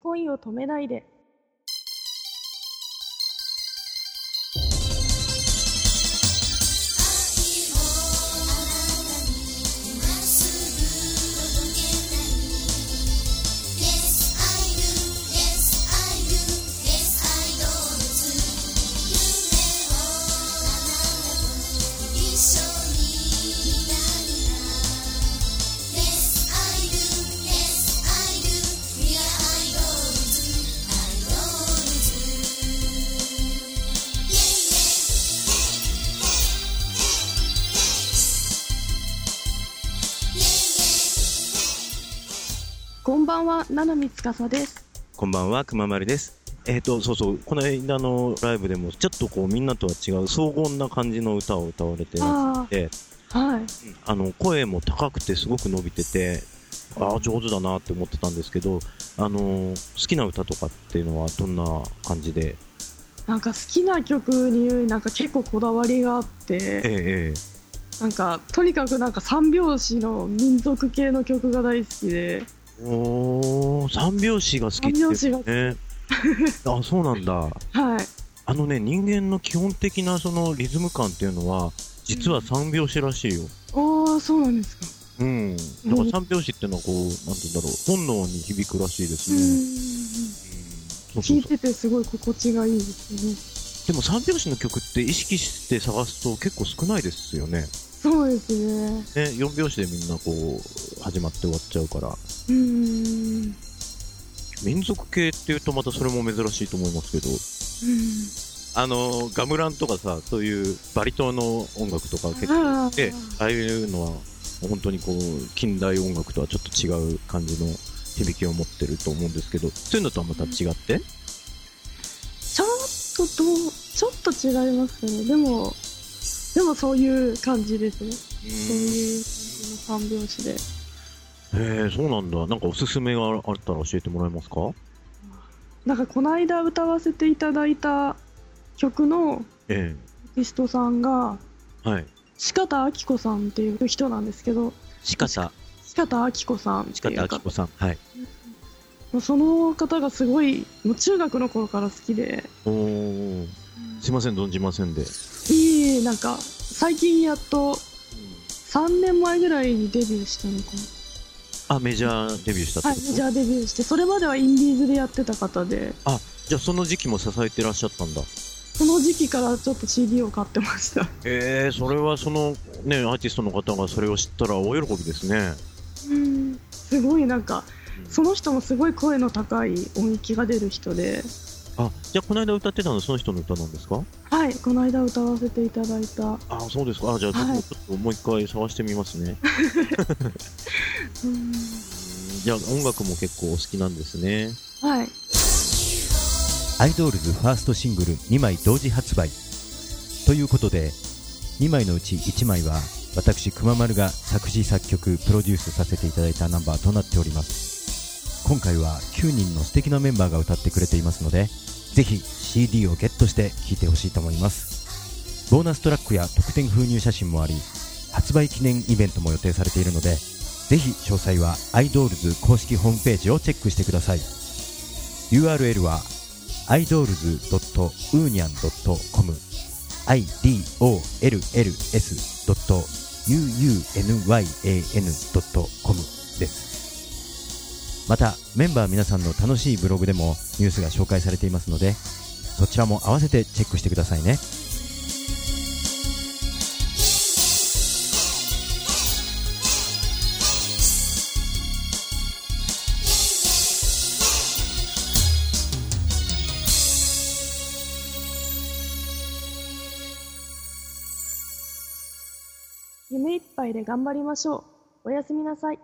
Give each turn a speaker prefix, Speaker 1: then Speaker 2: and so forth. Speaker 1: 恋を止めないでこんばんは七海司です
Speaker 2: こんばんは、くままるです。えっ、と、そうそう、この間のライブでも、ちょっとこう、みんなとは違う、荘厳な感じの歌を歌われてあ
Speaker 1: あ
Speaker 2: ええ
Speaker 1: あはい
Speaker 2: の、声も高くて、すごく伸びてて、ああ、上手だなって思ってたんですけど、あのー好きな歌とかっていうのは、どんな感じで、
Speaker 1: なんか好きな曲になんか結構こだわりがあっ
Speaker 2: え
Speaker 1: て
Speaker 2: ええ
Speaker 1: なんかとにかくなんか三拍子の民族系の曲が大好きで
Speaker 2: えおー、三拍子が好きって言
Speaker 1: 三
Speaker 2: ってね。あ、そうなんだ。
Speaker 1: はい
Speaker 2: あのね、人間の基本的なそのリズム感っていうのは、実は三拍子らしいよ。
Speaker 1: ああそうなんですか
Speaker 2: うん、だから三拍子ってのはこう、なんて言うんだろう、本能に響くらしいです
Speaker 1: うん
Speaker 2: ね。そうそ
Speaker 1: 聴
Speaker 2: う
Speaker 1: い
Speaker 2: そ
Speaker 1: て
Speaker 2: う
Speaker 1: てすごい心地がいいですよね
Speaker 2: でも三拍子の曲って意識して探すと結構少ないですよね。
Speaker 1: そうですね
Speaker 2: ね、四拍子でみんなこう、始まって終わっちゃうから。
Speaker 1: うんうん
Speaker 2: 民族系っていうとまたそれも珍しいと思いますけど、あの、ガムランとかさ、そういうバリ島の音楽とか結構
Speaker 1: あ
Speaker 2: で
Speaker 1: ー
Speaker 2: ああいうのは本当にこう近代音楽とはちょっと違う感じの響きを持ってると思うんですけどそういうのとはまた違って、
Speaker 1: ちょっとどうちょっと違いますねでもでもそういう感じですねそういう感じの三拍子で
Speaker 2: へえそうなんだなんかおすすめがあったら教えてもらえますか
Speaker 1: なんかこの間歌わせていただいた曲の
Speaker 2: え
Speaker 1: アーティストさんが
Speaker 2: えはい
Speaker 1: 鹿田明子さんっていう人なんですけど
Speaker 2: 鹿田
Speaker 1: 鹿田明子さんって
Speaker 2: 鹿
Speaker 1: いう
Speaker 2: 田明
Speaker 1: 方
Speaker 2: 子さんはい
Speaker 1: もうその方がすごいもう中学の頃から好きで
Speaker 2: おーすいません存じませんで、
Speaker 1: いいなんか最近やっと3年前ぐらいにデビューしたのか
Speaker 2: あメジャーデビューした
Speaker 1: なは
Speaker 2: って
Speaker 1: い
Speaker 2: こ
Speaker 1: メ
Speaker 2: と、
Speaker 1: ジャーデビューしてそれまではインディーズでやってた方で
Speaker 2: じゃあその時期も支えてらっしゃったんだ
Speaker 1: その時期からちょっと CD を買ってました
Speaker 2: ええそれはそのねアーティストの方がそれを知ったら大喜びですね
Speaker 1: うんすごいなんかその人もすごい声の高い音域が出る人で
Speaker 2: あじゃあこの間歌ってたのその人の歌なんですか
Speaker 1: はいこの間歌わせていただいた
Speaker 2: あそうですかあじゃあ、
Speaker 1: はい
Speaker 2: 僕ちょっともう一回探してみます ね
Speaker 1: うん
Speaker 2: じゃあ音楽も結構お好きなんですね
Speaker 1: はい
Speaker 3: アイドルズファーストシングル2枚同時発売ということで2枚のうち1枚は私くままるが作詞作曲プロデュースさせていただいたナンバーとなっております今回は9人の素敵なメンバーが歌ってくれていますのでぜひ CD をゲットして聴いてほしいと思いますボーナストラックや特典封入写真もあり発売記念イベントも予定されているのでぜひ詳細はアイドルズ公式ホームページをチェックしてください URL は idols.union.com idolls.union.com ですまたメンバー皆さんの楽しいブログでもニュースが紹介されていますのでそちらも合わせてチェックしてくださいね
Speaker 1: 夢いっぱいで頑張りましょうおやすみなさい